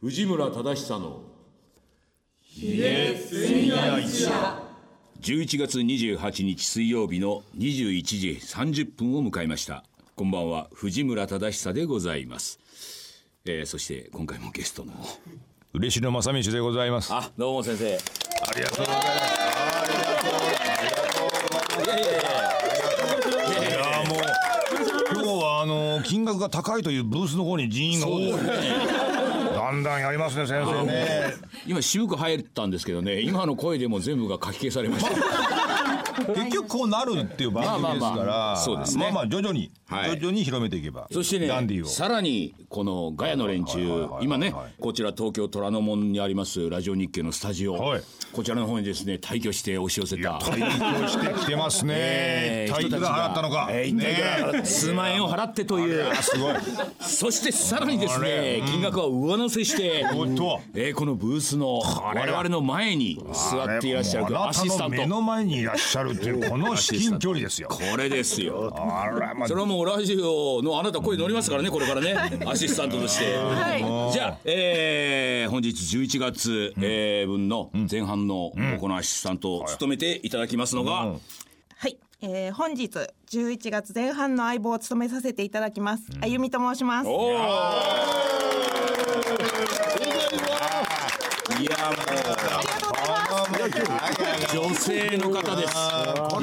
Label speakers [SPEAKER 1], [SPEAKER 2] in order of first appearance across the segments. [SPEAKER 1] 藤村忠久の
[SPEAKER 2] 11月28日水曜日の21時30分を迎えましたこんばんは藤村忠久でございます、えー、そして今回もゲストの
[SPEAKER 3] 嬉野正道でございます。
[SPEAKER 2] あどうも先生
[SPEAKER 3] ありがとうございます。いやもう今日はあの金額が高いというブースの方に人員が多い。だんだんやりますね先生ね。
[SPEAKER 2] 今私服入ったんですけどね今の声でも全部がかき消されました
[SPEAKER 3] 結局こうなるっていう番組ですか
[SPEAKER 2] まあまあまあ
[SPEAKER 3] ら、
[SPEAKER 2] そうですね
[SPEAKER 3] まあまあ徐々に
[SPEAKER 2] はい
[SPEAKER 3] 徐々に広めていけば。
[SPEAKER 2] そして
[SPEAKER 3] ダンディ
[SPEAKER 2] ね
[SPEAKER 3] を。
[SPEAKER 2] さらにこのガヤの連中
[SPEAKER 3] はいはいはいはい
[SPEAKER 2] 今ね
[SPEAKER 3] はい
[SPEAKER 2] こちら東京虎ノ門にありますラジオ日経のスタジオ、
[SPEAKER 3] はい
[SPEAKER 2] こちらの方にですね退去して押し寄せた
[SPEAKER 3] 退去してきてますね。
[SPEAKER 2] えー
[SPEAKER 3] 体育が払ったのか。
[SPEAKER 2] えー一体いくら払っ
[SPEAKER 3] ね
[SPEAKER 2] た数万円を払ってという
[SPEAKER 3] え。すごい。
[SPEAKER 2] そしてさらにです
[SPEAKER 3] これ
[SPEAKER 2] ね、金額は上乗せして、
[SPEAKER 3] おっと。
[SPEAKER 2] えーこのブースの我々の前に座っていらっしゃ
[SPEAKER 3] あ
[SPEAKER 2] る
[SPEAKER 3] れもうあ
[SPEAKER 2] ア
[SPEAKER 3] なた
[SPEAKER 2] シスタ
[SPEAKER 3] の
[SPEAKER 2] ン
[SPEAKER 3] 目
[SPEAKER 2] ト。
[SPEAKER 3] の前にいらっしゃるっていうこの至近距離ですよ
[SPEAKER 2] こ。れですよ。
[SPEAKER 3] あらまあ
[SPEAKER 2] それはもうラジオのあなた声乗りますからね、これからね、アシスタントとして。じゃあ、えー本日11月、えー分の前半のこのアシスタントを務めていただきますのが、
[SPEAKER 4] はい、えー、本日11月前半の相棒を務めさせていただきます、あゆみと申します
[SPEAKER 2] おーいやもう女性の方です。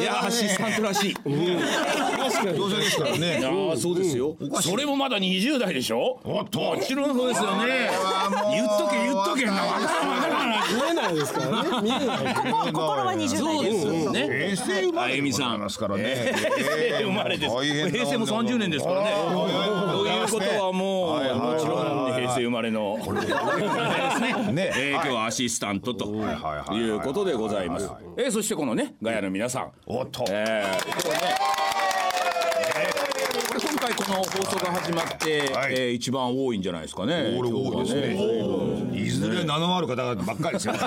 [SPEAKER 2] いやアシスタントらしい。
[SPEAKER 3] 女性ですからね。
[SPEAKER 2] ああそうですよ。それもまだ20代でしょ。
[SPEAKER 3] おっと
[SPEAKER 2] もちろんそうですよね。言っとけ言っとけなわからんわからんわ
[SPEAKER 5] 見えないですからね見えない
[SPEAKER 4] 心心は20代です
[SPEAKER 2] からん。ね。
[SPEAKER 3] 平成生まれ
[SPEAKER 2] あゆみさん
[SPEAKER 3] でございますからね。
[SPEAKER 2] 生まれです。平成も30年ですからね。ということはもうもちろん平成生まれの
[SPEAKER 3] ね
[SPEAKER 2] えー今日はアシスタントということでございます。えーそしてこのねガヤの皆さん。
[SPEAKER 3] おっと。
[SPEAKER 2] えーこれねこれ今回この放送が始まって、
[SPEAKER 3] はい
[SPEAKER 2] えー一番多いんじゃないですかね。
[SPEAKER 3] 俺多いです
[SPEAKER 2] 今日は
[SPEAKER 3] ね。いずれ名のある方ばっかり ですよ。ね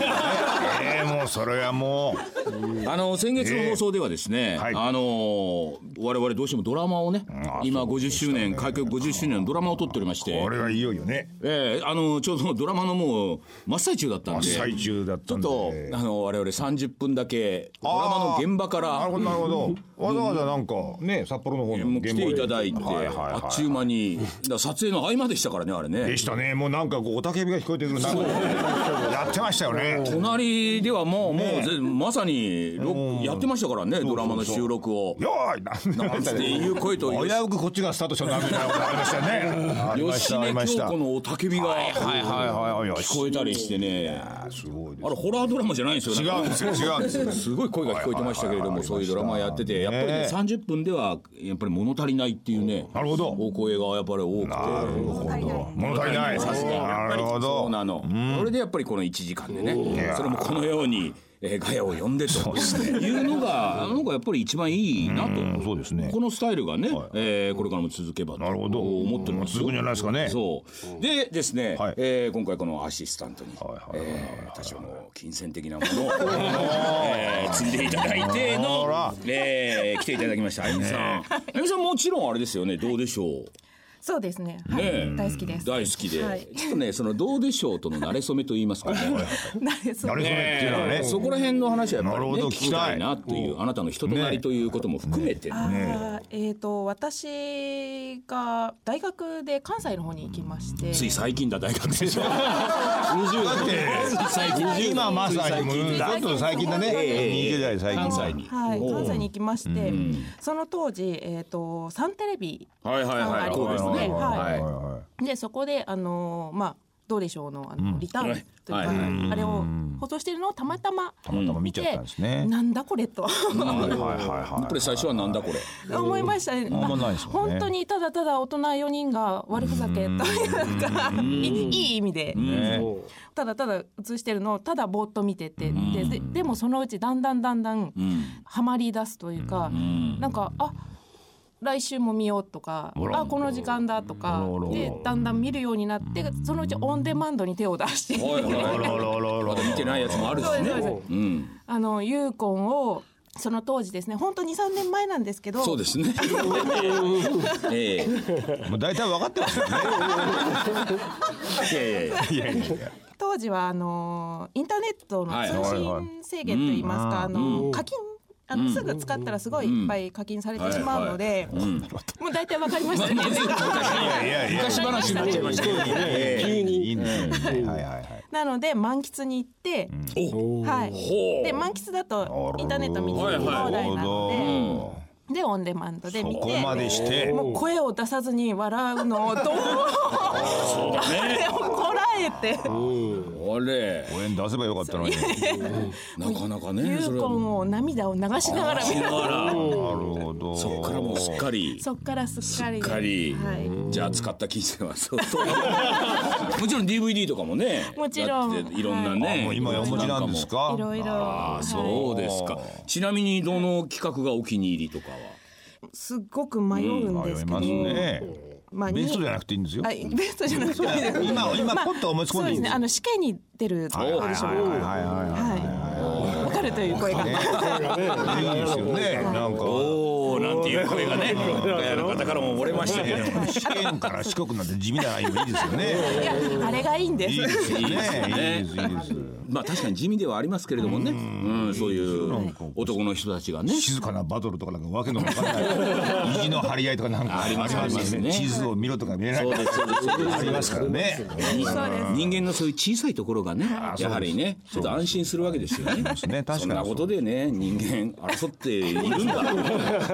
[SPEAKER 3] えもうそれはもう
[SPEAKER 2] あの先月の放送ではですね、
[SPEAKER 3] はい
[SPEAKER 2] あのー我々どうしてもドラマをね、
[SPEAKER 3] あ
[SPEAKER 2] 今50周年、開局50周年のドラマを撮っておりまして
[SPEAKER 3] こ、れはいよいよね。
[SPEAKER 2] えーあのちょうどドラマのもう真っ最中だったんで、
[SPEAKER 3] 最
[SPEAKER 2] ち
[SPEAKER 3] 中だった
[SPEAKER 2] ょ
[SPEAKER 3] ん
[SPEAKER 2] っ
[SPEAKER 3] で。
[SPEAKER 2] とあの我々30分だけドラマの現場か
[SPEAKER 3] なる
[SPEAKER 2] ら
[SPEAKER 3] ほどなるほど。わざわざなんかね札幌の方の
[SPEAKER 2] もう来ていただいて、
[SPEAKER 3] はいはいはい
[SPEAKER 2] あっちゅう間に、だから撮影の合間でしたからねあれね
[SPEAKER 3] で。したね。もうなんかこうおたけびが聞こえてくる。なんかやってましたよね。
[SPEAKER 2] 隣ではもう、もうぜまさにロやってましたからねドラマの収録を。
[SPEAKER 3] よーいなん
[SPEAKER 2] っていう声と
[SPEAKER 3] 危うくこっちがスタートしたなみたいなことありましたよねありまし
[SPEAKER 2] 吉
[SPEAKER 3] たあ
[SPEAKER 2] 根
[SPEAKER 3] り
[SPEAKER 2] 京
[SPEAKER 3] ました
[SPEAKER 2] 子の雄たけびが
[SPEAKER 3] はいはいはいはい
[SPEAKER 2] 聞こえたりしてね
[SPEAKER 3] すごいで
[SPEAKER 2] あれホラードラマじゃないんですよ
[SPEAKER 3] す違うんですよ違うんですよ
[SPEAKER 2] すごい声が聞こえてましたけれども、そういうドラマやってて、やっぱりね、30分では、やっぱり物足りないっていうね、
[SPEAKER 3] なるほど
[SPEAKER 2] お声がやっぱり多くて。
[SPEAKER 3] 物足りない
[SPEAKER 2] さすが
[SPEAKER 3] なるほ
[SPEAKER 2] そう
[SPEAKER 3] ど
[SPEAKER 2] なの。それでやっぱりこの1時間でね、それもこのように、えーガヤを呼んでというのが、なんかやっぱり一番いいなと。
[SPEAKER 3] そうですね
[SPEAKER 2] このスタイルがね、えーこれからも続けばと
[SPEAKER 3] なるほど
[SPEAKER 2] 思っておりますよ
[SPEAKER 3] 続くんじゃないですかね
[SPEAKER 2] そうでですね、
[SPEAKER 3] はい
[SPEAKER 2] えー今回このアシスタントに
[SPEAKER 3] はいはいはい
[SPEAKER 2] えー多少の金銭的なも のを、えー、積んでいただいての
[SPEAKER 3] あら、
[SPEAKER 2] えー来ていただきましたあゆみさんあゆみさんもちろんあれですよねどうでしょう
[SPEAKER 4] そうですねはい
[SPEAKER 2] ねえ
[SPEAKER 4] 大好きです
[SPEAKER 2] 大好きで、
[SPEAKER 4] はい
[SPEAKER 2] ちょっとねそのどうでしょうとの馴れ初めと言いますかね
[SPEAKER 4] 誰です
[SPEAKER 3] なるほどねっていうのはね
[SPEAKER 2] えーそこら辺の話はやっぱり
[SPEAKER 3] な
[SPEAKER 2] ね
[SPEAKER 3] るほど
[SPEAKER 2] 聞
[SPEAKER 3] 聞
[SPEAKER 2] き
[SPEAKER 3] きたい
[SPEAKER 2] たいなっていうあなたの人となりということも含めて、
[SPEAKER 4] あーえっ、と私が大学で関西の方に行きまして
[SPEAKER 2] つい最近だ大学生20
[SPEAKER 3] だって
[SPEAKER 2] 最
[SPEAKER 3] 今まさにもうだ
[SPEAKER 4] 最近
[SPEAKER 3] と最近だね
[SPEAKER 2] ええ
[SPEAKER 3] 20代最近
[SPEAKER 2] 関西に
[SPEAKER 4] はい、関西に行きまして、その当時、えー、とサンテレビ
[SPEAKER 2] はいはい
[SPEAKER 4] さんが
[SPEAKER 2] は
[SPEAKER 4] あ
[SPEAKER 2] い
[SPEAKER 4] り
[SPEAKER 2] そう
[SPEAKER 4] ま
[SPEAKER 2] ですすね
[SPEAKER 4] ね、はい
[SPEAKER 2] はい
[SPEAKER 4] でそこであのーまあどうでしょうのあの、リターンというか、
[SPEAKER 2] はい
[SPEAKER 4] あれを放送してるのをたまたま
[SPEAKER 3] たまたま見ちゃったんですね
[SPEAKER 4] 見てなんだこれと
[SPEAKER 3] はいはいはい
[SPEAKER 2] やっぱり最初はなんだこれ
[SPEAKER 4] 思いましたね。
[SPEAKER 3] んまないですもんね
[SPEAKER 4] 本当にただただ大人4人が悪ふざけというかいいいい意味で、
[SPEAKER 3] ね
[SPEAKER 4] ただただ映してるのをただぼーっと見てて、でででもそのうちだんだんだんだんはまり出すというか、なんかあ来週も見ようとか、あこの時間だとか、でだんだん見るようになって、そのうちオンデマンドに手を出して、
[SPEAKER 2] はいはい
[SPEAKER 3] あらららら
[SPEAKER 2] まだ見てないやつもあるし
[SPEAKER 4] そうですそう
[SPEAKER 2] ね
[SPEAKER 4] です
[SPEAKER 2] うん
[SPEAKER 4] あのユーコンをその当時ですね本当23年前なんですけど
[SPEAKER 2] そうですね。え
[SPEAKER 3] もう大体分かってますよね
[SPEAKER 2] えいやいやいや
[SPEAKER 3] いやいやいや
[SPEAKER 4] 当時はあのインターネット
[SPEAKER 2] はい
[SPEAKER 4] の通信制限といいますか、
[SPEAKER 3] はい
[SPEAKER 4] あの、課金あの、すぐ使ったらすごいいっぱい課金されてしまうので、
[SPEAKER 2] ん
[SPEAKER 4] もう大体わかりましたね。
[SPEAKER 3] いやいや
[SPEAKER 2] 昔話になっちゃいましたよね。
[SPEAKER 5] 急
[SPEAKER 3] いい
[SPEAKER 5] に。
[SPEAKER 3] ねはいはいはい
[SPEAKER 4] なので満喫に行って、
[SPEAKER 2] お
[SPEAKER 4] はい。
[SPEAKER 2] ほう
[SPEAKER 4] で満喫だとインターネット見て
[SPEAKER 2] は
[SPEAKER 4] 放
[SPEAKER 2] いはい
[SPEAKER 4] 題な
[SPEAKER 3] なる
[SPEAKER 4] の
[SPEAKER 3] ほど
[SPEAKER 4] で、でオンデマンドで見
[SPEAKER 3] そこまで
[SPEAKER 4] て。
[SPEAKER 3] して
[SPEAKER 4] もう声を出さずに笑うのをどう
[SPEAKER 2] そうだね。
[SPEAKER 4] でもこらえて
[SPEAKER 2] あれ
[SPEAKER 3] 応援出せばよかったのに
[SPEAKER 2] なかなかね。
[SPEAKER 4] ユ
[SPEAKER 2] それ
[SPEAKER 4] ー
[SPEAKER 2] は
[SPEAKER 4] コンを涙を流 しながら見
[SPEAKER 2] しな
[SPEAKER 4] た
[SPEAKER 2] がら
[SPEAKER 3] なるほど
[SPEAKER 2] そっからもうすっかり。
[SPEAKER 4] そっからすっかり
[SPEAKER 2] すっかり
[SPEAKER 4] はい、
[SPEAKER 2] じゃあ使った金銭は相当 もちろん DVD とかもね
[SPEAKER 4] もちろん
[SPEAKER 2] だっていろんなね、
[SPEAKER 3] もう今お持ちなんですか
[SPEAKER 4] いろいろ
[SPEAKER 2] ああそうですか
[SPEAKER 3] はい
[SPEAKER 2] ちなみにどの企画がお気に入りとかは
[SPEAKER 4] すっごく迷うん
[SPEAKER 3] 迷
[SPEAKER 4] で
[SPEAKER 3] い
[SPEAKER 4] すけど、
[SPEAKER 3] ますね
[SPEAKER 4] まあ
[SPEAKER 3] ベストじゃ
[SPEAKER 4] な
[SPEAKER 3] なくていいんですよ
[SPEAKER 4] はいベストじゃなくてもいい です
[SPEAKER 3] 今今ポッと思いつ
[SPEAKER 4] そ
[SPEAKER 3] 込ん
[SPEAKER 4] う
[SPEAKER 3] で
[SPEAKER 4] で
[SPEAKER 3] いいんで
[SPEAKER 4] すね
[SPEAKER 3] す
[SPEAKER 4] あの試験に出るオ
[SPEAKER 3] はい
[SPEAKER 4] ーディション
[SPEAKER 3] はいはいはいはい
[SPEAKER 4] はいわかるという声が、
[SPEAKER 3] いい ですよね。なんか
[SPEAKER 2] おおなんていう声がね親の方からも漏れましたけど
[SPEAKER 3] 試験から四国なんて地味なラインもいいですよね。
[SPEAKER 4] いやあれがいいんです
[SPEAKER 3] いいですよね。いい
[SPEAKER 2] ね
[SPEAKER 3] ですいいです。
[SPEAKER 2] まあ確かに地味ではありますけれどもねうんそういう男の人たちがね
[SPEAKER 3] 静かなバトルとかなんかわけのわかんない意地の張り合いとかなんかあります
[SPEAKER 2] ありますね
[SPEAKER 3] 地図を見ろとか見れな
[SPEAKER 2] そ
[SPEAKER 3] い
[SPEAKER 2] うですそうですそうです
[SPEAKER 3] ありますからね。
[SPEAKER 2] 人間のそういう小さいところがねやはりねちょっと安心するわけですよね
[SPEAKER 3] ですね確かに
[SPEAKER 2] そんなことでね人間争っているんだ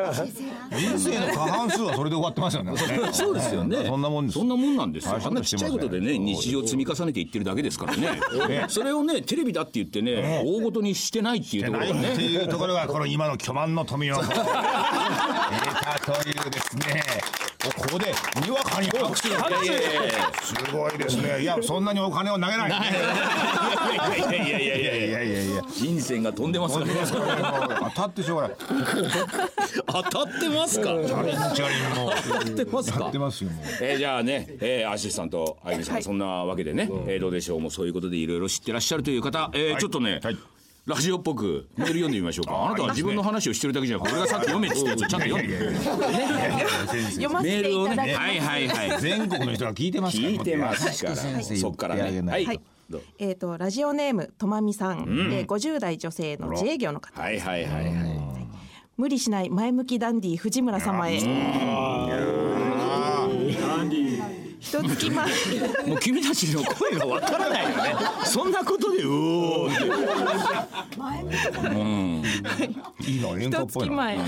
[SPEAKER 3] 人生の過半数はそれで終わってますよね。
[SPEAKER 2] そうですよね
[SPEAKER 3] そんなもんです
[SPEAKER 2] そんなもんなんですよ
[SPEAKER 3] はい
[SPEAKER 2] あんなちっちゃいことでね日常を積み重ねていってるだけですからねそれをねテレビだって言ってね大ごとにしてないっていうところが
[SPEAKER 3] って
[SPEAKER 2] ね
[SPEAKER 3] いうところがこの今の巨万の富を得たというですね。ここでにわかに拍手が
[SPEAKER 2] いやいやいやいや
[SPEAKER 3] すごいですね。いやそんなにお金を投げない。
[SPEAKER 2] いやいやいや
[SPEAKER 3] いや
[SPEAKER 2] いや
[SPEAKER 3] いやいやいや。
[SPEAKER 2] 人生が飛んでますからね
[SPEAKER 3] 当たってしょうがない。
[SPEAKER 2] 当たってます か
[SPEAKER 3] チャリンチャリンも
[SPEAKER 2] 当
[SPEAKER 3] う。
[SPEAKER 2] たってます
[SPEAKER 3] 当た
[SPEAKER 2] か
[SPEAKER 3] ってますよもう。
[SPEAKER 2] えー、じゃあ ね、えー、アシスタントあゆみさん、そんなわけでね、えーどうでしょうもうそういうことでいろいろ知ってらっしゃるという方、えーちょっとね、
[SPEAKER 3] はい
[SPEAKER 2] ラジオっぽくメール読んでみましょうか。あなたは自分の話をしてるだけじゃなくて、俺がさっき読めって言ったやつをちゃんと読んで。
[SPEAKER 4] 読ませ
[SPEAKER 2] メー
[SPEAKER 4] て
[SPEAKER 2] ル
[SPEAKER 4] い
[SPEAKER 2] を
[SPEAKER 4] ただきま
[SPEAKER 2] ね、
[SPEAKER 4] す、
[SPEAKER 2] はいはいはい。
[SPEAKER 3] 全国の人が聞いてますから。
[SPEAKER 2] 聞いてますから、そっからね。はい。
[SPEAKER 4] はい
[SPEAKER 2] どう
[SPEAKER 4] えっ、とラジオネームとまみさん、で50代女性の自営業の方
[SPEAKER 2] はいはいはいはい。
[SPEAKER 4] 無理しない前向きダンディ藤村様へ一月前
[SPEAKER 2] もう君たちの声がわからないよね。そんなことで、うおーって。
[SPEAKER 3] いいの連
[SPEAKER 4] 一
[SPEAKER 3] 行っぽい
[SPEAKER 4] 月
[SPEAKER 3] の。
[SPEAKER 4] 前
[SPEAKER 3] の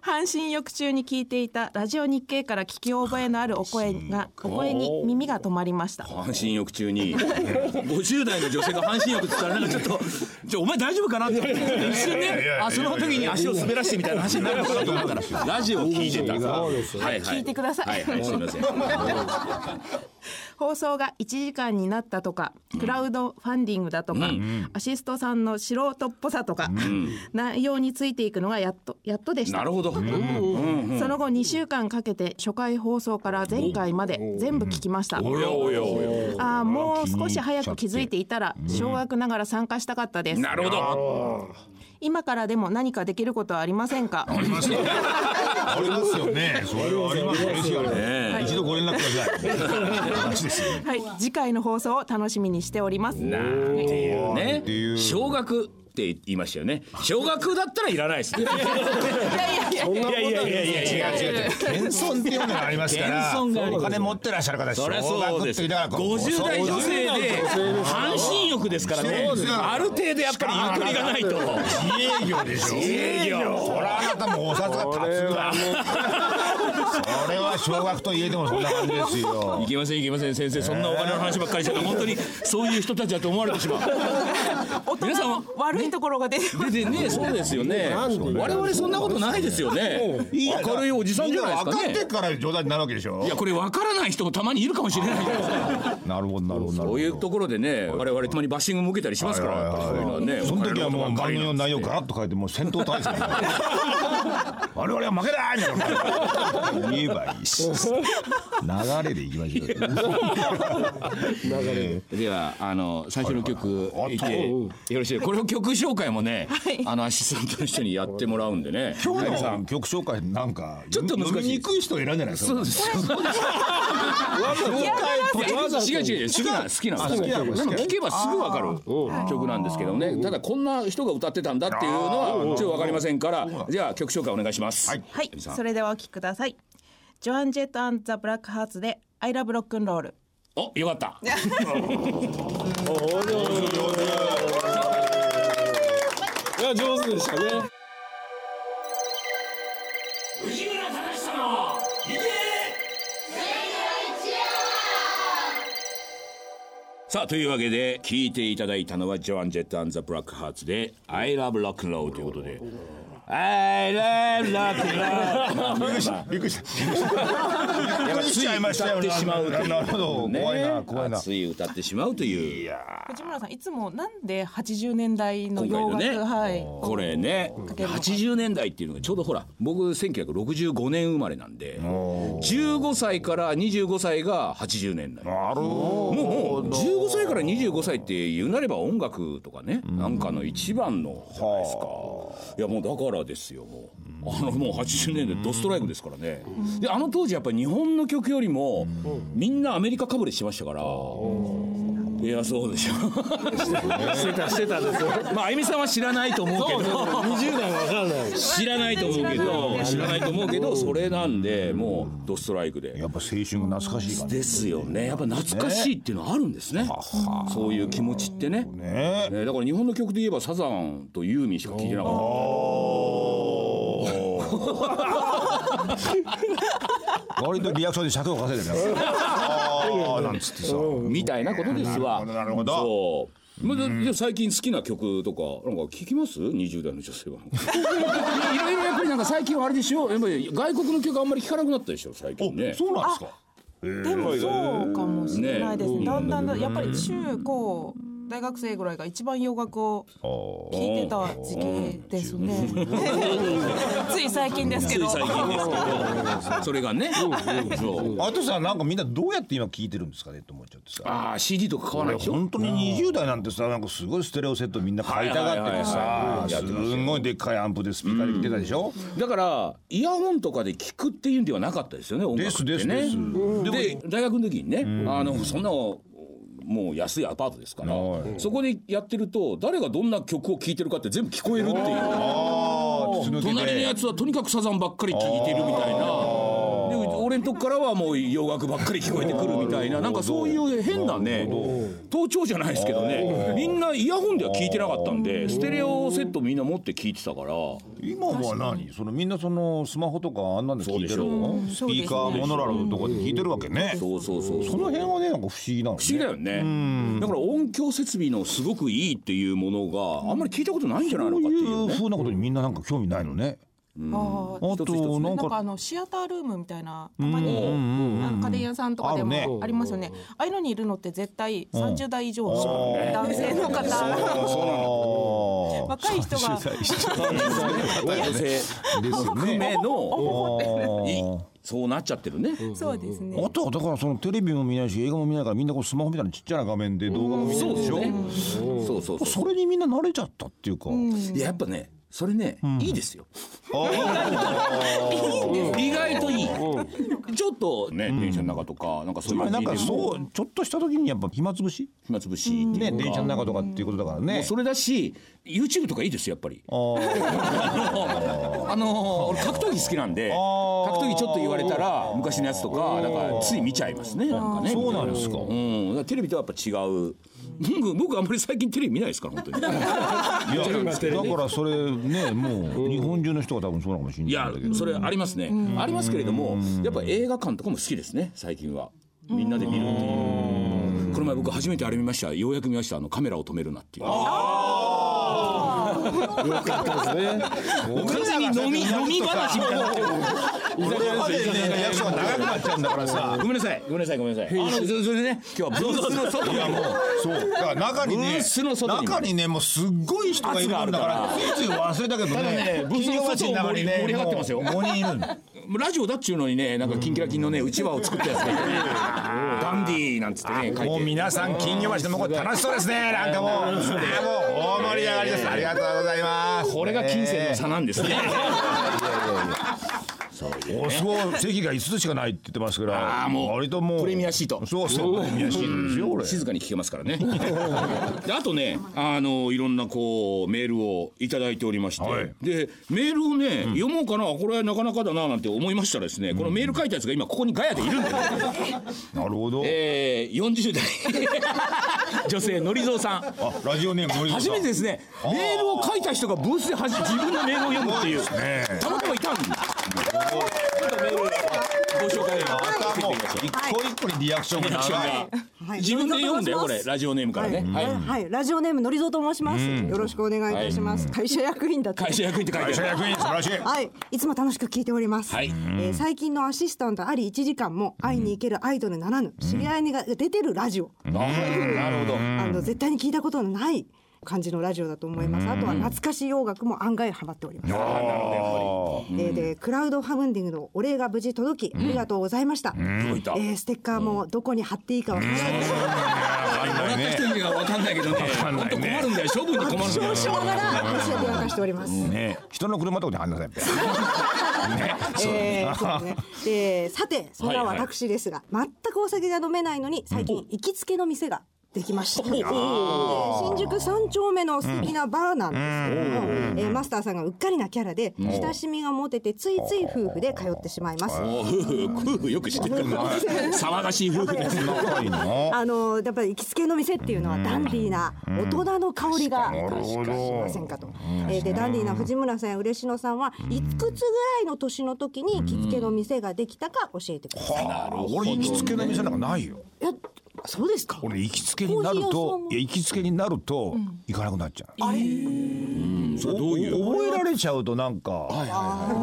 [SPEAKER 4] 半身浴中に聞いていたラジオ日経から聞き覚えのあるお声がお声に耳が止まりました
[SPEAKER 2] 半身浴中に50代の女性が半身浴って言ったらなんかちょっと「じゃお前大丈夫かな?」って一瞬
[SPEAKER 3] いやい
[SPEAKER 2] ね
[SPEAKER 3] やいや
[SPEAKER 2] あその時に足を滑らしてみたいな話になるのかと思ったらラジオを聞いてたから
[SPEAKER 5] そうですよ
[SPEAKER 2] はいは
[SPEAKER 4] 聞いてください
[SPEAKER 2] はいはいすいません
[SPEAKER 4] 放送が1時間になったとかクラウドファンディングだとか、アシストさんの素人っぽさとか、内容についていくのがやっとやっとでした
[SPEAKER 2] なるほど
[SPEAKER 4] その後2週間かけて初回放送から前回まで全部聞きました
[SPEAKER 2] おやおやおや
[SPEAKER 4] ああもう少し早く気づいていたら小学ながら参加したかったです
[SPEAKER 2] なるほど
[SPEAKER 4] 今からでも何かできることはありませんか
[SPEAKER 3] ありますよね。ありますよね。それはありますよ。嬉しいよね一度ご連絡ください。話ですよ。
[SPEAKER 4] はい次回の放送を楽しみにしております
[SPEAKER 2] なんていうね
[SPEAKER 3] ていう
[SPEAKER 2] 小学って言いましたよね小学だったらいらないですね
[SPEAKER 5] そんなことない
[SPEAKER 2] いや
[SPEAKER 3] 違う違う。謙遜っていうのがありますから。
[SPEAKER 2] 謙遜がある
[SPEAKER 3] お金持ってらっしゃる方。
[SPEAKER 2] そりゃ
[SPEAKER 3] 小
[SPEAKER 2] そ
[SPEAKER 3] 学
[SPEAKER 2] う
[SPEAKER 3] っ
[SPEAKER 2] で
[SPEAKER 3] て
[SPEAKER 2] す
[SPEAKER 3] 言いながらこう
[SPEAKER 2] 50代女性で半身浴ですからね
[SPEAKER 3] そうですよ
[SPEAKER 2] ある程度やっぱりゆとりがないと
[SPEAKER 3] 自営業でしょ。
[SPEAKER 2] 自営業
[SPEAKER 3] そらあなたもお札が立つわ。それは小学といえでもそんな感じですよ
[SPEAKER 2] い。けませんいけません先生そんなお金の話ばっかりしてたら本当にそういう人たちだと思われてしまう
[SPEAKER 4] 大
[SPEAKER 2] 皆さ
[SPEAKER 4] 人
[SPEAKER 2] んは
[SPEAKER 4] の悪いところが出てます
[SPEAKER 2] ででねそうですよね
[SPEAKER 5] なんで
[SPEAKER 2] 我々そんなことないですよね明るいおじさんじゃないですか
[SPEAKER 3] 分かって
[SPEAKER 2] ね
[SPEAKER 3] っから冗談になるわけでしょ
[SPEAKER 2] いやこれ分からない人もたまにいるかもしれないじゃないですか
[SPEAKER 3] なるほどなるほ
[SPEAKER 2] こ
[SPEAKER 3] どなるほ
[SPEAKER 2] う
[SPEAKER 3] ど
[SPEAKER 2] いうところでね我々たまにバッシングも受けたりしますからやっぱりそういうのはね
[SPEAKER 3] その時はも
[SPEAKER 2] お金
[SPEAKER 3] う
[SPEAKER 2] ことばっか
[SPEAKER 3] 番
[SPEAKER 2] り
[SPEAKER 3] 組の内容ガラッと変えてもう戦闘態勢我々は負けだみたいな言えばいいし流れでいきましょうよ
[SPEAKER 2] ではあの最初の曲いてよろしいこれを曲紹介もね、あのアシスタントの人にやってもらうんでね
[SPEAKER 3] 今日の曲紹介なんか
[SPEAKER 2] ちょっと難しい
[SPEAKER 3] 読みにくい人選んじゃないですか
[SPEAKER 2] そうです違う違う違う好きな好きな
[SPEAKER 3] あ
[SPEAKER 2] 好
[SPEAKER 3] 好
[SPEAKER 2] き
[SPEAKER 3] き
[SPEAKER 2] な
[SPEAKER 3] なの
[SPEAKER 2] でも聴けばすぐわかる曲なんですけどねただこんな人が歌ってたんだっていうのはちょっとわかりませんからじゃあ曲紹介お願いしますはい
[SPEAKER 1] はい、それではお聞きください。ジョアン・ジェット・アン・ザ・ブラック・ハーツで「アイラブ・ロックンロール
[SPEAKER 2] およかった
[SPEAKER 5] いや上手でしたね
[SPEAKER 2] さあというわけで聴いていただいたのはジョアン・ジェット・アン・ザ・ブラック・ハーツで「I love rock and roll」ということで「I love rock and roll」
[SPEAKER 3] びっくりしたびっくりしたびっくりしちゃいましたよ
[SPEAKER 2] 歌ってしまうという
[SPEAKER 3] なるほど怖いな
[SPEAKER 2] ね
[SPEAKER 3] 怖いな
[SPEAKER 2] 熱い歌ってしまうという
[SPEAKER 4] 藤村さんいつもなんで80年代の洋
[SPEAKER 2] 今
[SPEAKER 4] 楽、
[SPEAKER 2] 回のね
[SPEAKER 4] はい
[SPEAKER 2] これね
[SPEAKER 4] かけるのか
[SPEAKER 2] 80年代っていうのがちょうどほら僕1965年生まれなんで15歳から25歳が80年代
[SPEAKER 3] なるほ
[SPEAKER 2] もう
[SPEAKER 3] ど
[SPEAKER 2] 15歳から25歳って言うなれば音楽とかねなんかの一番のじゃないですかいやもうだからですよもうあのもう80年代ドストライクですからねであの当時やっぱり日本の曲よりもみんなアメリカかぶれしてましたからいやそう でしょしてたしてたです まああゆみさんは知らないと思うけど
[SPEAKER 5] 20代は分からない
[SPEAKER 2] 知らないと思うけど知らないと思うけどそれなんでもうドストライクで
[SPEAKER 3] やっぱ青春が懐かしい感じ
[SPEAKER 2] ですよねやっぱ懐かしいっていうのはあるんですねそういう気持ちってね
[SPEAKER 3] ね
[SPEAKER 2] ねだから日本の曲で言えばサザンとユーミンしか聴いてなかった
[SPEAKER 3] 割とリアクションで尺を稼いでるねああなんつってさ
[SPEAKER 2] みたいなことですわ
[SPEAKER 3] なるほどなる
[SPEAKER 2] そうまあ、でで最近好きな曲とかなんか聞きます20代の女性 はいろいろやっぱりなんか最近はあれでしょやっぱり外国の曲あんまり聴かなくなったでしょ最近ね
[SPEAKER 3] そうなんですか
[SPEAKER 4] でもそうかもしれないですね
[SPEAKER 2] ね
[SPEAKER 4] だんだんだやっぱり中高大学生ぐらいが一番洋楽を聴いてた時期ですね つい最近ですけ
[SPEAKER 2] つい
[SPEAKER 4] ど
[SPEAKER 2] 最近ですけどそれがねそう
[SPEAKER 3] あとさなんかみんなどうやって今聞いてるんですかねって思っちゃってさ
[SPEAKER 2] ああ CD とか買わないでしょ
[SPEAKER 3] 本当に20代なんてさなんかすごいステレオセットみんな買いたがっててさすんごいでっかいアンプでスピーカーで来てたでしょ、
[SPEAKER 2] だからイヤホンとかで聞くっていうんではなかったですよね音楽ってね
[SPEAKER 3] ですですです
[SPEAKER 2] で大学の時にね、あのそんなもう安いアパートですから、
[SPEAKER 3] はい
[SPEAKER 2] そこでやってると誰がどんな曲を聴いてるかって全部聞こえるっていう
[SPEAKER 3] ああ筒抜け
[SPEAKER 2] 隣の
[SPEAKER 3] で
[SPEAKER 2] やつはとにかくサザンばっかり聴いてるみたいなで俺んとこからはもう洋楽ばっかり聞こえてくるみたいななんかそういう変なね盗聴じゃないですけどねみんなイヤホンでは聞いてなかったんでステレオセットみんな持って聞いてたから。
[SPEAKER 3] 今は何そのみんなそのスマホとかあんなんで聞いてるの
[SPEAKER 4] でし
[SPEAKER 3] ス
[SPEAKER 4] ょう
[SPEAKER 3] ピーカーモノラルとかで聞いてるわけねそ
[SPEAKER 2] そうそうそうそう
[SPEAKER 3] の辺はねなんか不思議なの
[SPEAKER 2] 不思議
[SPEAKER 3] ね
[SPEAKER 2] だよねだから音響設備のすごくいいっていうものがあんまり聞いたことないんじゃないの
[SPEAKER 3] こう
[SPEAKER 2] かってい
[SPEAKER 3] いうう
[SPEAKER 2] ね
[SPEAKER 3] 風なことにみんななんか興味ないのね
[SPEAKER 4] あー
[SPEAKER 3] あとな
[SPEAKER 4] なんんかあ
[SPEAKER 3] か
[SPEAKER 4] のシアタールームみたいなたまにあの家電屋さんとかで
[SPEAKER 3] あるね
[SPEAKER 4] もありますよねああいうのにいるのって絶対30代以上の男性の方
[SPEAKER 3] あ
[SPEAKER 4] 若い人が
[SPEAKER 2] 女性含めの
[SPEAKER 3] ー
[SPEAKER 2] いそうなっちゃってるね
[SPEAKER 4] そうですね
[SPEAKER 3] あとはだからそのテレビも見ないし映画も見ないからみんなこうスマホみたいなちっちゃな画面で動画も見て
[SPEAKER 2] そ
[SPEAKER 3] る
[SPEAKER 2] う
[SPEAKER 3] で
[SPEAKER 2] で
[SPEAKER 3] し
[SPEAKER 2] し
[SPEAKER 3] ょ、
[SPEAKER 2] ょそうそうそう
[SPEAKER 3] それにみんな慣れちゃったっていうか、
[SPEAKER 2] いややっぱねそれねいいですよ意外といいちょっとね電車の中とかなんかそう
[SPEAKER 3] つ
[SPEAKER 2] いう
[SPEAKER 3] まりなん
[SPEAKER 2] 聞
[SPEAKER 3] か
[SPEAKER 2] いても
[SPEAKER 3] そうちょっとした時にやっぱ暇つぶし
[SPEAKER 2] 暇つぶしってい
[SPEAKER 3] ね
[SPEAKER 2] うか
[SPEAKER 3] 電車の中とかっていうことだからね
[SPEAKER 2] それだし YouTube とかいいですよやっぱり
[SPEAKER 3] あー
[SPEAKER 2] あのー俺格闘技好きなんで格
[SPEAKER 3] ー
[SPEAKER 2] 闘技ちょっと言われたら昔のやつとかなんかつい見ちゃいますねなんかね
[SPEAKER 3] そうなんですか
[SPEAKER 2] うん、だからテレビとはやっぱ違う僕僕あんまり最近テレビ見ないですから本当に
[SPEAKER 3] い や
[SPEAKER 5] 今テレビ
[SPEAKER 3] だからそれねもう日本中の人が多分そうなのかもしれない
[SPEAKER 2] いや
[SPEAKER 3] んだけど
[SPEAKER 2] それありますねありますけれどもやっぱ映画館とかも好きですね最近はみんなで見るっていうこの前僕初めてあれ見ましたようやく見ましたあのカメラを止めるなっていう
[SPEAKER 5] よかったですね
[SPEAKER 2] 完全に飲み飲み話みたいになってる
[SPEAKER 3] これ までね役所が長くなっちゃうんだからさ
[SPEAKER 2] ごめんなさいごめんなさいごめんなさいあのそれそれでね今日はブースの外に
[SPEAKER 3] そうだから中に
[SPEAKER 2] ブ
[SPEAKER 3] ね
[SPEAKER 2] ースの外に
[SPEAKER 3] 中にねもうすっごい人がいるもんだから
[SPEAKER 2] 圧
[SPEAKER 3] ついつい忘れたけど
[SPEAKER 2] ただね
[SPEAKER 3] ね
[SPEAKER 2] ブースの外
[SPEAKER 3] 金魚鉢
[SPEAKER 2] 盛り上がってますよ
[SPEAKER 3] もう5人いるんだ
[SPEAKER 2] ラジオだっちゅうのにねなんかキンキラキンのねうちわを作ったやつがいて ねダンディーなんつってね書い
[SPEAKER 3] もう
[SPEAKER 2] て
[SPEAKER 3] 皆さん金魚鉢でもこれ楽しそうですねなんかもうあーもう大盛り上がりですありがとうございます
[SPEAKER 2] これが金銭の差なんですね
[SPEAKER 3] おそう席が5つしかないって言ってますから
[SPEAKER 2] あーもう
[SPEAKER 3] 割ともう
[SPEAKER 2] プレミアシート
[SPEAKER 3] そうそうプレミアシートですよこれ
[SPEAKER 2] 静かに聞けますから ねであとねあのいろんなこうメールをいただいておりまして、
[SPEAKER 3] はい
[SPEAKER 2] でメールをね、読もうかなこれはなかなかだななんて思いましたらですね、このメール書いたやつが今ここにガヤでいるんでね、
[SPEAKER 3] なるほど
[SPEAKER 2] えー、40代 女性のりぞうさん
[SPEAKER 3] あラジオネーム森
[SPEAKER 2] 初めてですねメールを書いた人がブースではじ自分のメールを読むっていう
[SPEAKER 3] ね
[SPEAKER 2] たまたまいたんですご紹介
[SPEAKER 3] またもう
[SPEAKER 2] していただきましょう
[SPEAKER 3] 一個一個にリアクションが長い
[SPEAKER 6] はい
[SPEAKER 2] 自分で読んだよこれラジオネームからね、
[SPEAKER 6] はい、
[SPEAKER 2] はい、
[SPEAKER 6] はいラジオネームのりぞうと申します、よろしくお願いいたします、会社役員だって
[SPEAKER 2] 会社役員って書い
[SPEAKER 3] 会
[SPEAKER 2] て
[SPEAKER 3] 社
[SPEAKER 2] ある
[SPEAKER 3] 役員素晴らしい
[SPEAKER 6] はい、いつも楽しく聞いております、
[SPEAKER 2] はい
[SPEAKER 6] えー最近のアシスタントあり1時間も会いに行けるアイドルならぬ知り合いが出てるラジオ、
[SPEAKER 2] なるほど
[SPEAKER 6] あの絶対に聞いたことのない感じのラジオだと思いますあとは懐かしい洋楽も案外ハマっておりますえーでクラウドファンディングのお礼が無事届きありがとうございました、
[SPEAKER 2] 届いた
[SPEAKER 6] えーステッカーもどこに貼っていいかわからない、
[SPEAKER 3] わかんないね
[SPEAKER 2] 人が分かんないけどね
[SPEAKER 3] んないね
[SPEAKER 2] 本当困るんだよ処分に困るんだよ
[SPEAKER 6] 少々ながら教えて渡しております、
[SPEAKER 3] ね人の車とかにあんなさいみたいな
[SPEAKER 6] えーそうですね。で、さて、そんな私ですが、全くお酒が飲めないのに、最近行きつけの店が。できましたで新宿三丁目の素敵なバーなんですけども、えーマスターさんがうっかりなキャラで親しみが持ててついつい夫婦で通ってしまいます
[SPEAKER 2] お夫婦夫婦よく知ってるな騒がしい夫婦です
[SPEAKER 3] 仲いいな
[SPEAKER 6] あのやっぱり行きつけの店っていうのはダンディーな大人の香りがしかしませんかと。えーでダンディーな藤村さんや嬉野さんはいくつぐらいの年の時に行きつけの店ができたか教えてください。
[SPEAKER 3] はあ俺行きつけの店なんかないよ
[SPEAKER 6] いやそうですか。
[SPEAKER 3] 俺行きつけになる
[SPEAKER 6] コーヒー屋さ
[SPEAKER 3] と
[SPEAKER 6] んも
[SPEAKER 3] いや行きつけになると行かなくなっちゃう、
[SPEAKER 2] それどういう
[SPEAKER 3] 覚えられちゃうとなんか、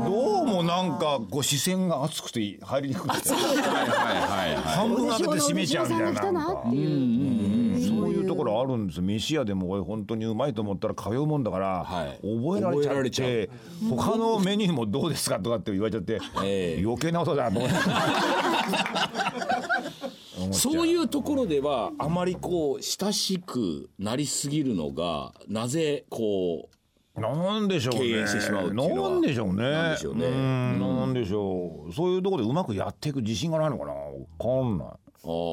[SPEAKER 3] どうもなんかこう視線が熱くて入りにくくて半分開けて閉めちゃうみたいななんか
[SPEAKER 6] ていう
[SPEAKER 3] そういうところあるんです飯屋でも俺本当にうまいと思ったら通うもんだから、
[SPEAKER 2] はい
[SPEAKER 3] 覚えられち
[SPEAKER 2] 覚
[SPEAKER 3] ゃ
[SPEAKER 2] えら
[SPEAKER 3] っ
[SPEAKER 2] れちゃ
[SPEAKER 3] て他のメニューもどうですかとかって言われちゃって、
[SPEAKER 2] ええ
[SPEAKER 3] 余計なことだと思って
[SPEAKER 2] そういうところではあまりこう親しくなりすぎるのがなぜこ
[SPEAKER 3] なんでしょうね。
[SPEAKER 2] 敬遠してしまうっていうのは
[SPEAKER 3] なんでしょうね。
[SPEAKER 2] なんでしょうね
[SPEAKER 3] んなんでしょう。そういうところでうまくやっていく自信がないのかな。わかんない。
[SPEAKER 2] うあ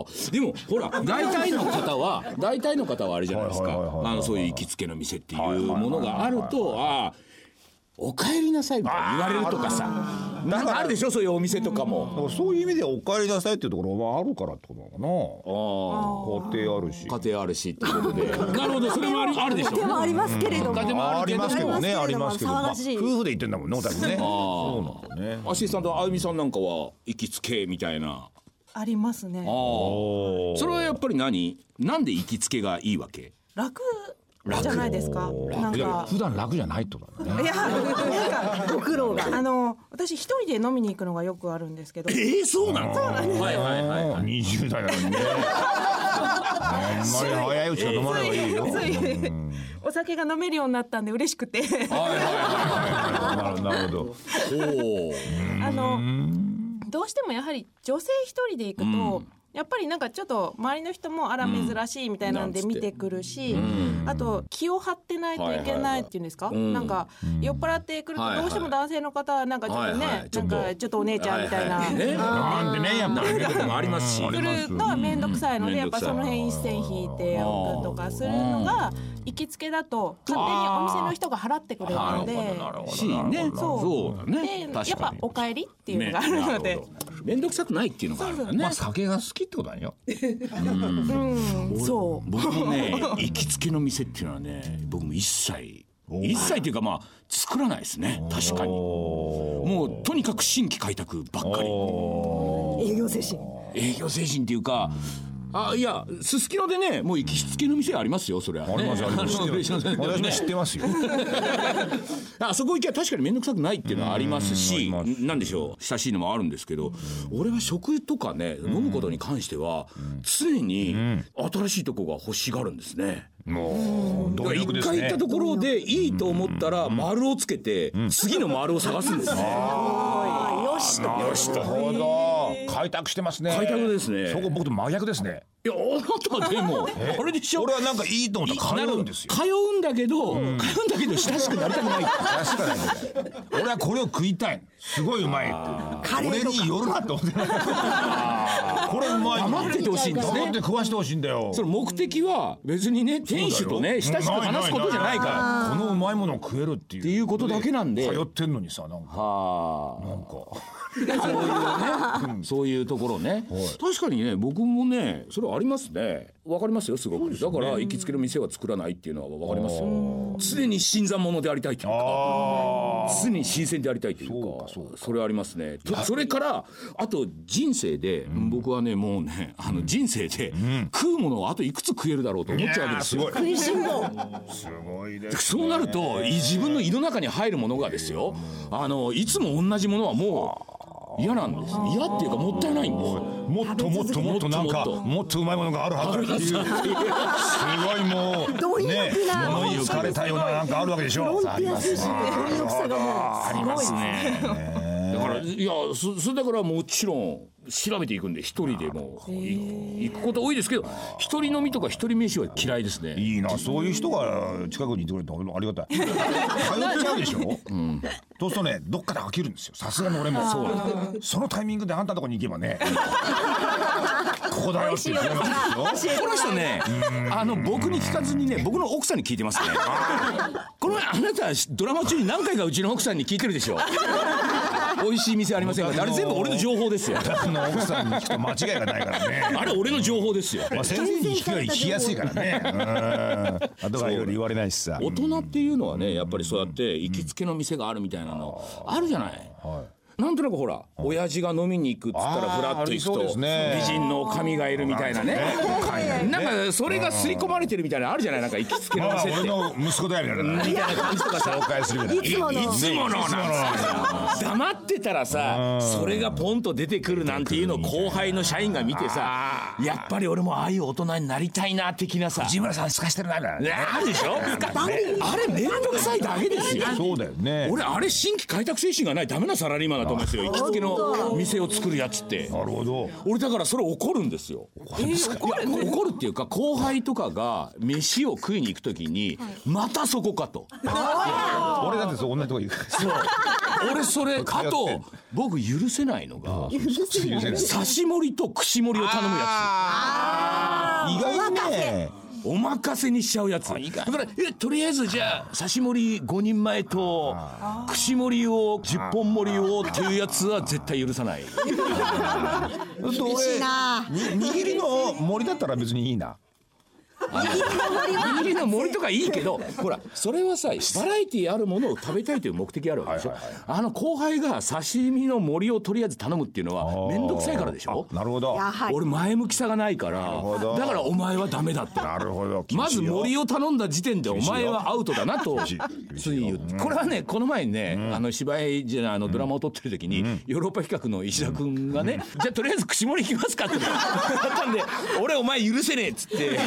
[SPEAKER 2] あでもほ ら大体の方は大体の方はあれじゃないですか
[SPEAKER 3] はいはいはいはいはい
[SPEAKER 2] あのそういう行きつけの店っていうものがあるとああお帰りなさいみたいに言われるとかさなんかあるでしょそういうお店とか
[SPEAKER 3] だ
[SPEAKER 2] も
[SPEAKER 3] からそういう意味でお帰りなさいっていうところはあるからってことなの
[SPEAKER 2] あ
[SPEAKER 3] かな。家庭あるし。
[SPEAKER 2] あ家庭あるしってことで なるほどそれもありあるでしょ
[SPEAKER 6] 手もありますけれども。
[SPEAKER 2] 家庭も
[SPEAKER 3] あ
[SPEAKER 2] ある
[SPEAKER 3] り
[SPEAKER 2] け
[SPEAKER 3] ますけ
[SPEAKER 2] ど
[SPEAKER 3] どね。ありますけど。
[SPEAKER 6] 騒
[SPEAKER 3] まあ
[SPEAKER 6] が
[SPEAKER 3] 夫
[SPEAKER 6] しい
[SPEAKER 3] 婦で言ってんだもんね。お互いね。そうなんだね。
[SPEAKER 2] アシスタントあゆみさんなんかは行きつけみたいな
[SPEAKER 1] ありますね
[SPEAKER 2] それはやっぱり何なんで行きつけがいいわけ
[SPEAKER 1] 楽じゃないですかなん
[SPEAKER 3] いや
[SPEAKER 1] か
[SPEAKER 3] 普段楽じゃないってことだね。
[SPEAKER 1] いやなんかご苦労があの私一人で飲みに行くのがよくあるんですけど
[SPEAKER 2] ええそうなのはいはいはいはい
[SPEAKER 3] 二十代なのにね。あんまり早いうちから飲まない方がいいよ。
[SPEAKER 1] ついお酒が飲めるようになったんで嬉しくて
[SPEAKER 3] なるなるほど。
[SPEAKER 2] おー
[SPEAKER 1] あの
[SPEAKER 3] うん
[SPEAKER 4] どうしてもやはり女性一人で行くと、やっぱりなんかちょっと周りの人もあら珍しいみたいなんで
[SPEAKER 2] うん
[SPEAKER 4] 見てくるし、
[SPEAKER 2] ん
[SPEAKER 4] あと気を張ってないといけないっていうんですか、
[SPEAKER 2] いはいはいうん
[SPEAKER 4] なんか酔っ払ってくるとどうしても男性の方はなんかちょっとね、
[SPEAKER 2] はいはいち
[SPEAKER 4] な
[SPEAKER 2] ょっ
[SPEAKER 4] ん
[SPEAKER 2] と
[SPEAKER 4] かちょっとお姉ちゃんみたいな。
[SPEAKER 2] はいはいね
[SPEAKER 3] なんでねやっぱりね。
[SPEAKER 2] でもありますし
[SPEAKER 3] うんあります
[SPEAKER 4] 来るのは面倒くさいので、
[SPEAKER 2] うん
[SPEAKER 4] やっぱその辺一線引いておくとかするのが行きつけだと勝手にお店の人が払ってくれるので、
[SPEAKER 2] しね
[SPEAKER 4] そう
[SPEAKER 2] そうだ
[SPEAKER 4] で
[SPEAKER 2] ね
[SPEAKER 4] や
[SPEAKER 2] 確
[SPEAKER 4] っ
[SPEAKER 2] か
[SPEAKER 4] ぱ
[SPEAKER 2] に
[SPEAKER 4] お帰りっていうのがあるので、
[SPEAKER 2] ねなるほど面倒くさくないっていうのがあるからね
[SPEAKER 3] まあ酒が好きってことだよ。
[SPEAKER 4] そう。
[SPEAKER 2] 僕もね行きつけの店っていうのはね僕も一切一切というかまあ作らないですね確かにもうとにかく新規開拓ばっかり
[SPEAKER 6] 営業精神。
[SPEAKER 2] 営業精神っていうかあいやすすきのでねもう行きつけの店ありますよそれは、ね、
[SPEAKER 3] ありますあります
[SPEAKER 2] あの嬉野さんでも
[SPEAKER 3] 私も
[SPEAKER 2] ね
[SPEAKER 3] 知ってますよ
[SPEAKER 2] あそこ行きゃ確かに面倒くさくないっていうのはありますしなんでしょう親しいのもあるんですけど俺は食とかね飲むことに関しては常に新しいとこが欲しがるんですね。
[SPEAKER 3] もう
[SPEAKER 2] だか
[SPEAKER 3] 努
[SPEAKER 2] ら一
[SPEAKER 3] 力です
[SPEAKER 2] 回行っ
[SPEAKER 3] ね
[SPEAKER 2] たところでいいと思ったら丸をつけて次の丸を探すんですね。
[SPEAKER 6] よしと
[SPEAKER 3] よしなるほど開拓してますね
[SPEAKER 2] 開拓ですね
[SPEAKER 3] そこ僕と真逆ですね
[SPEAKER 2] いやあなたでもあれでしょ
[SPEAKER 3] 俺はなんかいいと思ったら通うんですよ
[SPEAKER 2] 通うんだけど、通うんだけど親しくなりたくない
[SPEAKER 3] 確かに俺はこれを食いたいすごいうまい
[SPEAKER 6] カレー
[SPEAKER 3] 俺
[SPEAKER 6] とか
[SPEAKER 3] によるなって思ってないこれうまい
[SPEAKER 2] 黙っててほしいんですね
[SPEAKER 3] 黙って食わしてほしいんだよ
[SPEAKER 2] その目的は別にね店主とね親しく話すことじゃないから
[SPEAKER 3] らこのうまいものを食えるっていう
[SPEAKER 2] っていうことだけなんで
[SPEAKER 3] 通ってんのにさなんか
[SPEAKER 2] は
[SPEAKER 3] なんか
[SPEAKER 2] あそういうねそういうところね確かにね僕もねそれありますねわかりますよすごくだから行きつけの店は作らないっていうのはわかりますよ常に新参者でありたいというか
[SPEAKER 3] あ
[SPEAKER 2] 常に新鮮でありたいというかそれありますねとそれからあと人生で、僕はねもうねあの人生で、食うものをあといくつ食えるだろうと思っちゃうわけですよ
[SPEAKER 3] いやーすご
[SPEAKER 6] 食いしん坊
[SPEAKER 3] すごいです
[SPEAKER 2] そうなるとい自分の胃の中に入るものがですよあのいつも同じものはもう嫌なんです嫌っていうかもったいないんです
[SPEAKER 3] もっともっともっとなん
[SPEAKER 2] もっ
[SPEAKER 3] か
[SPEAKER 2] ともっと
[SPEAKER 3] もっとうまいものがあるはずだっていうすごいも
[SPEAKER 6] 貪
[SPEAKER 3] う
[SPEAKER 6] 欲な
[SPEAKER 3] ね物に浮かれたようななんかあるわけでしょ
[SPEAKER 6] ロンピア精神の貪欲さがもうすごいですね
[SPEAKER 2] だからいやそそれだからもちろん調べていくんで一人でもうい行くこと多いですけど一人飲みとか一人飯は嫌いですね
[SPEAKER 3] いいなそういう人が近くにいてくれて俺もありがたい通っちゃうでしょ、うん、そうするとねどっかで飽きるんですよさすがの俺もそうそのタイミングであんたのとこに行けば ねここだよって言ってますよ
[SPEAKER 2] この人ね、あの僕に聞かずにね、僕の奥さんに聞いてますね。この前あなたドラマ中に何回かうちの奥さんに聞いてるでしょ。美味しい店ありませんか。あれ全部俺の情報ですよ。
[SPEAKER 3] その奥さんに聞くと間違いがないからね
[SPEAKER 2] あれ俺の情報ですよ。
[SPEAKER 3] まあ、先生に聞くより聞きやすいからね。 うん後からより言われないしさ。
[SPEAKER 2] 大人っていうのはね、やっぱりそうやって行きつけの店があるみたいなのあるじゃない。なんとなくほら、親父が飲みに行くっつったら
[SPEAKER 3] あー
[SPEAKER 2] フラッと行く
[SPEAKER 3] ありそうで
[SPEAKER 2] と
[SPEAKER 3] すね
[SPEAKER 2] 美人の神がいるみたいなね。なんかそれが刷り込まれてるみたいなのあるじゃないなんか行きつけの
[SPEAKER 3] まあ、
[SPEAKER 2] 店っ
[SPEAKER 3] 俺
[SPEAKER 2] て。
[SPEAKER 3] の息子だよみ たい
[SPEAKER 2] み
[SPEAKER 3] な。
[SPEAKER 2] たいな感じとかさ
[SPEAKER 3] 紹介するみたいな。
[SPEAKER 6] いつも
[SPEAKER 3] い
[SPEAKER 6] の
[SPEAKER 3] つものなんですよ
[SPEAKER 2] 黙ってたらさそれがポンと出てくるなんていうのを後輩の社員が見てさやっぱり俺もああいう大人になりたいな的なさ
[SPEAKER 3] 藤村さんすかしてるなみたいな
[SPEAKER 2] ね
[SPEAKER 3] ね。
[SPEAKER 2] あるでしょあれあれ面倒くさいだけですよ
[SPEAKER 3] そうだよね。
[SPEAKER 2] 俺あれ新規開拓精神がないダメなサラリーマンだと思うんですよ行きつけの店を作るやつって
[SPEAKER 3] なるほど。
[SPEAKER 2] 俺だからそれ怒るんですよ。いや怒るっていうか後輩とかが飯を食いに行くときにまたそこかと。
[SPEAKER 3] 俺だってそう同じとこ行く。
[SPEAKER 2] そう俺そ れあと僕許せないのが。
[SPEAKER 3] 許せない
[SPEAKER 2] 刺し盛りと串盛りを頼むや
[SPEAKER 3] 意外にね。
[SPEAKER 2] つお任せにしちゃうやつだからえとりあえずじゃあ刺し盛り5人前と串盛りを10本盛りをっていうやつは絶対許さない
[SPEAKER 3] だって俺に握りの森だったら別にいい な。
[SPEAKER 2] 握りの盛りとかいいけどほらそれ はさバラエティあるものを食べたいという目的あるわけでしょあの後輩が刺身の盛りをとりあえず頼むっていうのは面倒くさいからでしょ
[SPEAKER 3] なるほど。
[SPEAKER 6] やはり
[SPEAKER 2] 俺前向きさがないから
[SPEAKER 3] ほど
[SPEAKER 2] だからお前はダメだって
[SPEAKER 3] なるほど。
[SPEAKER 2] まず森を
[SPEAKER 3] を。
[SPEAKER 2] 頼んだ時点でお前はアウトだなと
[SPEAKER 3] 厳しいよ
[SPEAKER 2] つい言ってこれはねこの前にねあの芝居じゃないあのドラマを撮ってる時にヨーロッパ企画の石田君がねじゃあとりあえず串盛り行きますかって 言ったんで俺お前許せねえっつって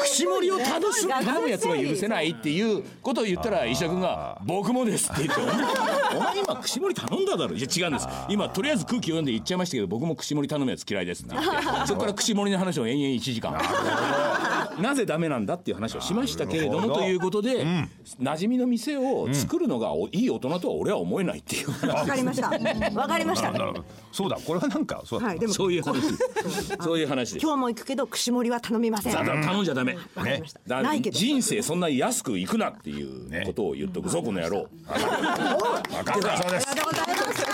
[SPEAKER 2] 串盛りを楽しむ頼むやつは許せないっていうことを言ったら石田君が僕もですって言 ってお前今串盛り頼んだだろいや違うんです今とりあえず空気読んで言っちゃいましたけど僕も串盛り頼むやつ嫌いですって言 ってそこから串盛りの話を延々1時間。なぜダメなんだっていう話をしましたけれど
[SPEAKER 3] なる
[SPEAKER 2] も
[SPEAKER 3] ほど
[SPEAKER 2] ということで、馴染みの店を作るのがおいい大人とは俺は思えないっていう話
[SPEAKER 6] わかりましたわかりました
[SPEAKER 3] なるほど そうだ。これはなんかそうだ
[SPEAKER 6] はいでも
[SPEAKER 2] そういう話ですそういう話です
[SPEAKER 6] 今日も行くけど串盛りは頼みません
[SPEAKER 2] だ
[SPEAKER 6] わ
[SPEAKER 2] だ頼んじゃダメ
[SPEAKER 6] かりました
[SPEAKER 2] だ
[SPEAKER 6] ないけど
[SPEAKER 2] 人生そんな安くいくなっていうことを言っとくぞこの野郎
[SPEAKER 3] わかったそうです。
[SPEAKER 6] ありがとうございました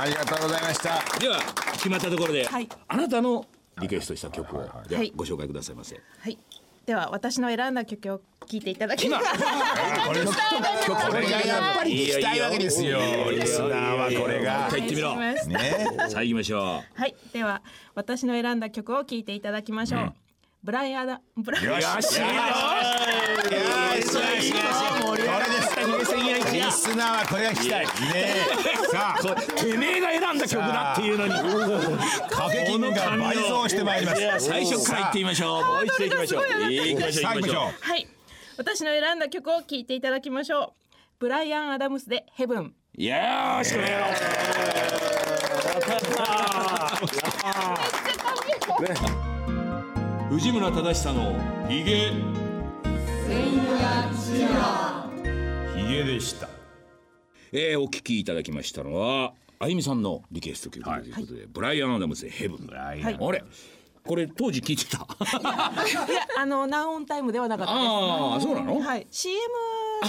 [SPEAKER 3] ありがとうございました。
[SPEAKER 2] では決まったところで、
[SPEAKER 1] はい
[SPEAKER 2] あなたのリクエストした曲をでは
[SPEAKER 1] はい
[SPEAKER 2] ご紹介くださいませ、
[SPEAKER 1] はい、では私の選んだ曲を聴
[SPEAKER 7] 聞いていただければ
[SPEAKER 3] これこれがやっぱり聞きたいわけですよリスナーはこれ
[SPEAKER 2] 一
[SPEAKER 3] が
[SPEAKER 2] 回行ってみろ
[SPEAKER 4] 願いします
[SPEAKER 3] ね
[SPEAKER 2] さあ行きましょ
[SPEAKER 4] はい、では私の選んだ曲を聴いていただきましょう。ブライアダブライ
[SPEAKER 3] よしよしよしよしこれですリスナーはこれが聞きたいねさあ
[SPEAKER 2] うてめえが選んだ曲だっていうのに
[SPEAKER 3] 掛け金が倍増してまいります
[SPEAKER 2] 最初から行ってみましょうもう一度行きましょう行きましょ
[SPEAKER 3] さ
[SPEAKER 2] う
[SPEAKER 3] あ
[SPEAKER 2] 行
[SPEAKER 3] 行
[SPEAKER 2] きまし
[SPEAKER 3] きまし
[SPEAKER 2] ょ
[SPEAKER 3] ょ
[SPEAKER 2] う
[SPEAKER 3] う
[SPEAKER 4] はい、私の選んだ曲を聴いていただきましょう。ブライアン・アダムスでヘブン。
[SPEAKER 2] よーしこれよ藤村忠久のヒゲ
[SPEAKER 3] ヒゲでした
[SPEAKER 2] えー、お聞きいただきましたのはあゆみさんのリクエスト曲ということで、ブライアン・アダムスでヘブン、
[SPEAKER 3] はい
[SPEAKER 2] あれこれ当時聞いてた
[SPEAKER 4] いや、あのナオンタイムではなかったです。
[SPEAKER 2] ああそうなの、
[SPEAKER 4] はい、CM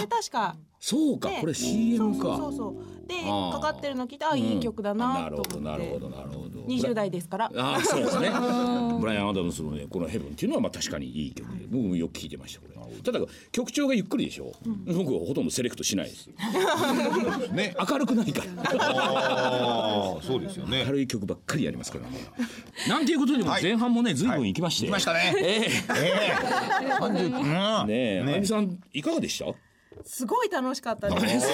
[SPEAKER 4] で確か。
[SPEAKER 2] そうか
[SPEAKER 4] ね
[SPEAKER 2] これ CM か
[SPEAKER 4] そうそうそう。で、
[SPEAKER 2] あー
[SPEAKER 4] かかってるの聞いて、あ、いい曲だ
[SPEAKER 2] な
[SPEAKER 4] な
[SPEAKER 2] る
[SPEAKER 4] と
[SPEAKER 2] ほ
[SPEAKER 4] 思って。
[SPEAKER 2] どなるほどなるほど
[SPEAKER 4] 20代ですから。
[SPEAKER 2] ああそうです ね。ブライアン・アダムスのねこの「ヘブン」っていうのはまあ確かにいい曲で僕もよく聴いてましたこれただ曲調がゆっくりでしょ、僕はほとんどセレクトしない ですね明るくないから
[SPEAKER 3] ああそうですよね
[SPEAKER 2] 明るい曲ばっかりやりますからねなんていうことでも
[SPEAKER 3] はい
[SPEAKER 2] 前半もね随分行きまして、
[SPEAKER 3] 来ましたね
[SPEAKER 2] え
[SPEAKER 3] ええ
[SPEAKER 2] え
[SPEAKER 3] 30
[SPEAKER 2] ねえ、
[SPEAKER 3] ね
[SPEAKER 2] あゆみさんいかがでした
[SPEAKER 4] すごい楽しかったです。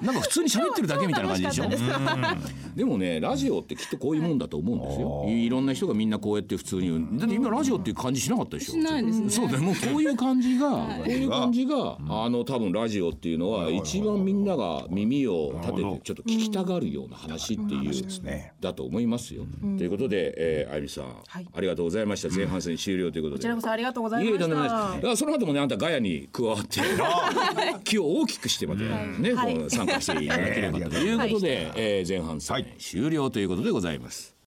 [SPEAKER 2] なんか普通に喋ってるだけみたいな感じでしょ
[SPEAKER 4] 超楽しかったです
[SPEAKER 2] でもねラジオってきっとこういうもんだと思うんですよいろんな人がみんなこうやって普通にだって今ラジオっていう感じしなかったでしょしないですねそうでもうこういう感じがこういう感じがあの多分ラジオっていうのは一番みんなが耳を立ててちょっと聞きたがるような話っていう
[SPEAKER 3] ね
[SPEAKER 2] だと思いますよということでえーあゆみさん
[SPEAKER 4] はい
[SPEAKER 2] ありがとうございました前半戦終了ということ
[SPEAKER 4] こち
[SPEAKER 2] で
[SPEAKER 4] らこそありがとうござい
[SPEAKER 2] い
[SPEAKER 4] ま
[SPEAKER 2] えいえ
[SPEAKER 4] し
[SPEAKER 2] とんでもないで。
[SPEAKER 4] た
[SPEAKER 2] す。あその後もねあんたガヤに加わ って気を大きくしてまたね、
[SPEAKER 4] はい
[SPEAKER 2] こう参加していただければということで、えー前半戦、
[SPEAKER 3] はい
[SPEAKER 2] 終了ということでございます。